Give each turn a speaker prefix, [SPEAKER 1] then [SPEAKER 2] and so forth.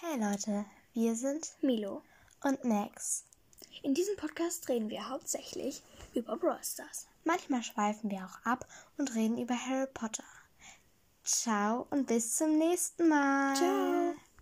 [SPEAKER 1] Hey Leute, wir sind
[SPEAKER 2] Milo.
[SPEAKER 1] und Max.
[SPEAKER 2] In diesem Podcast reden wir hauptsächlich über Brawl Stars.
[SPEAKER 1] Manchmal schweifen wir auch ab und reden über Harry Potter. Ciao und bis zum nächsten Mal.
[SPEAKER 2] Ciao.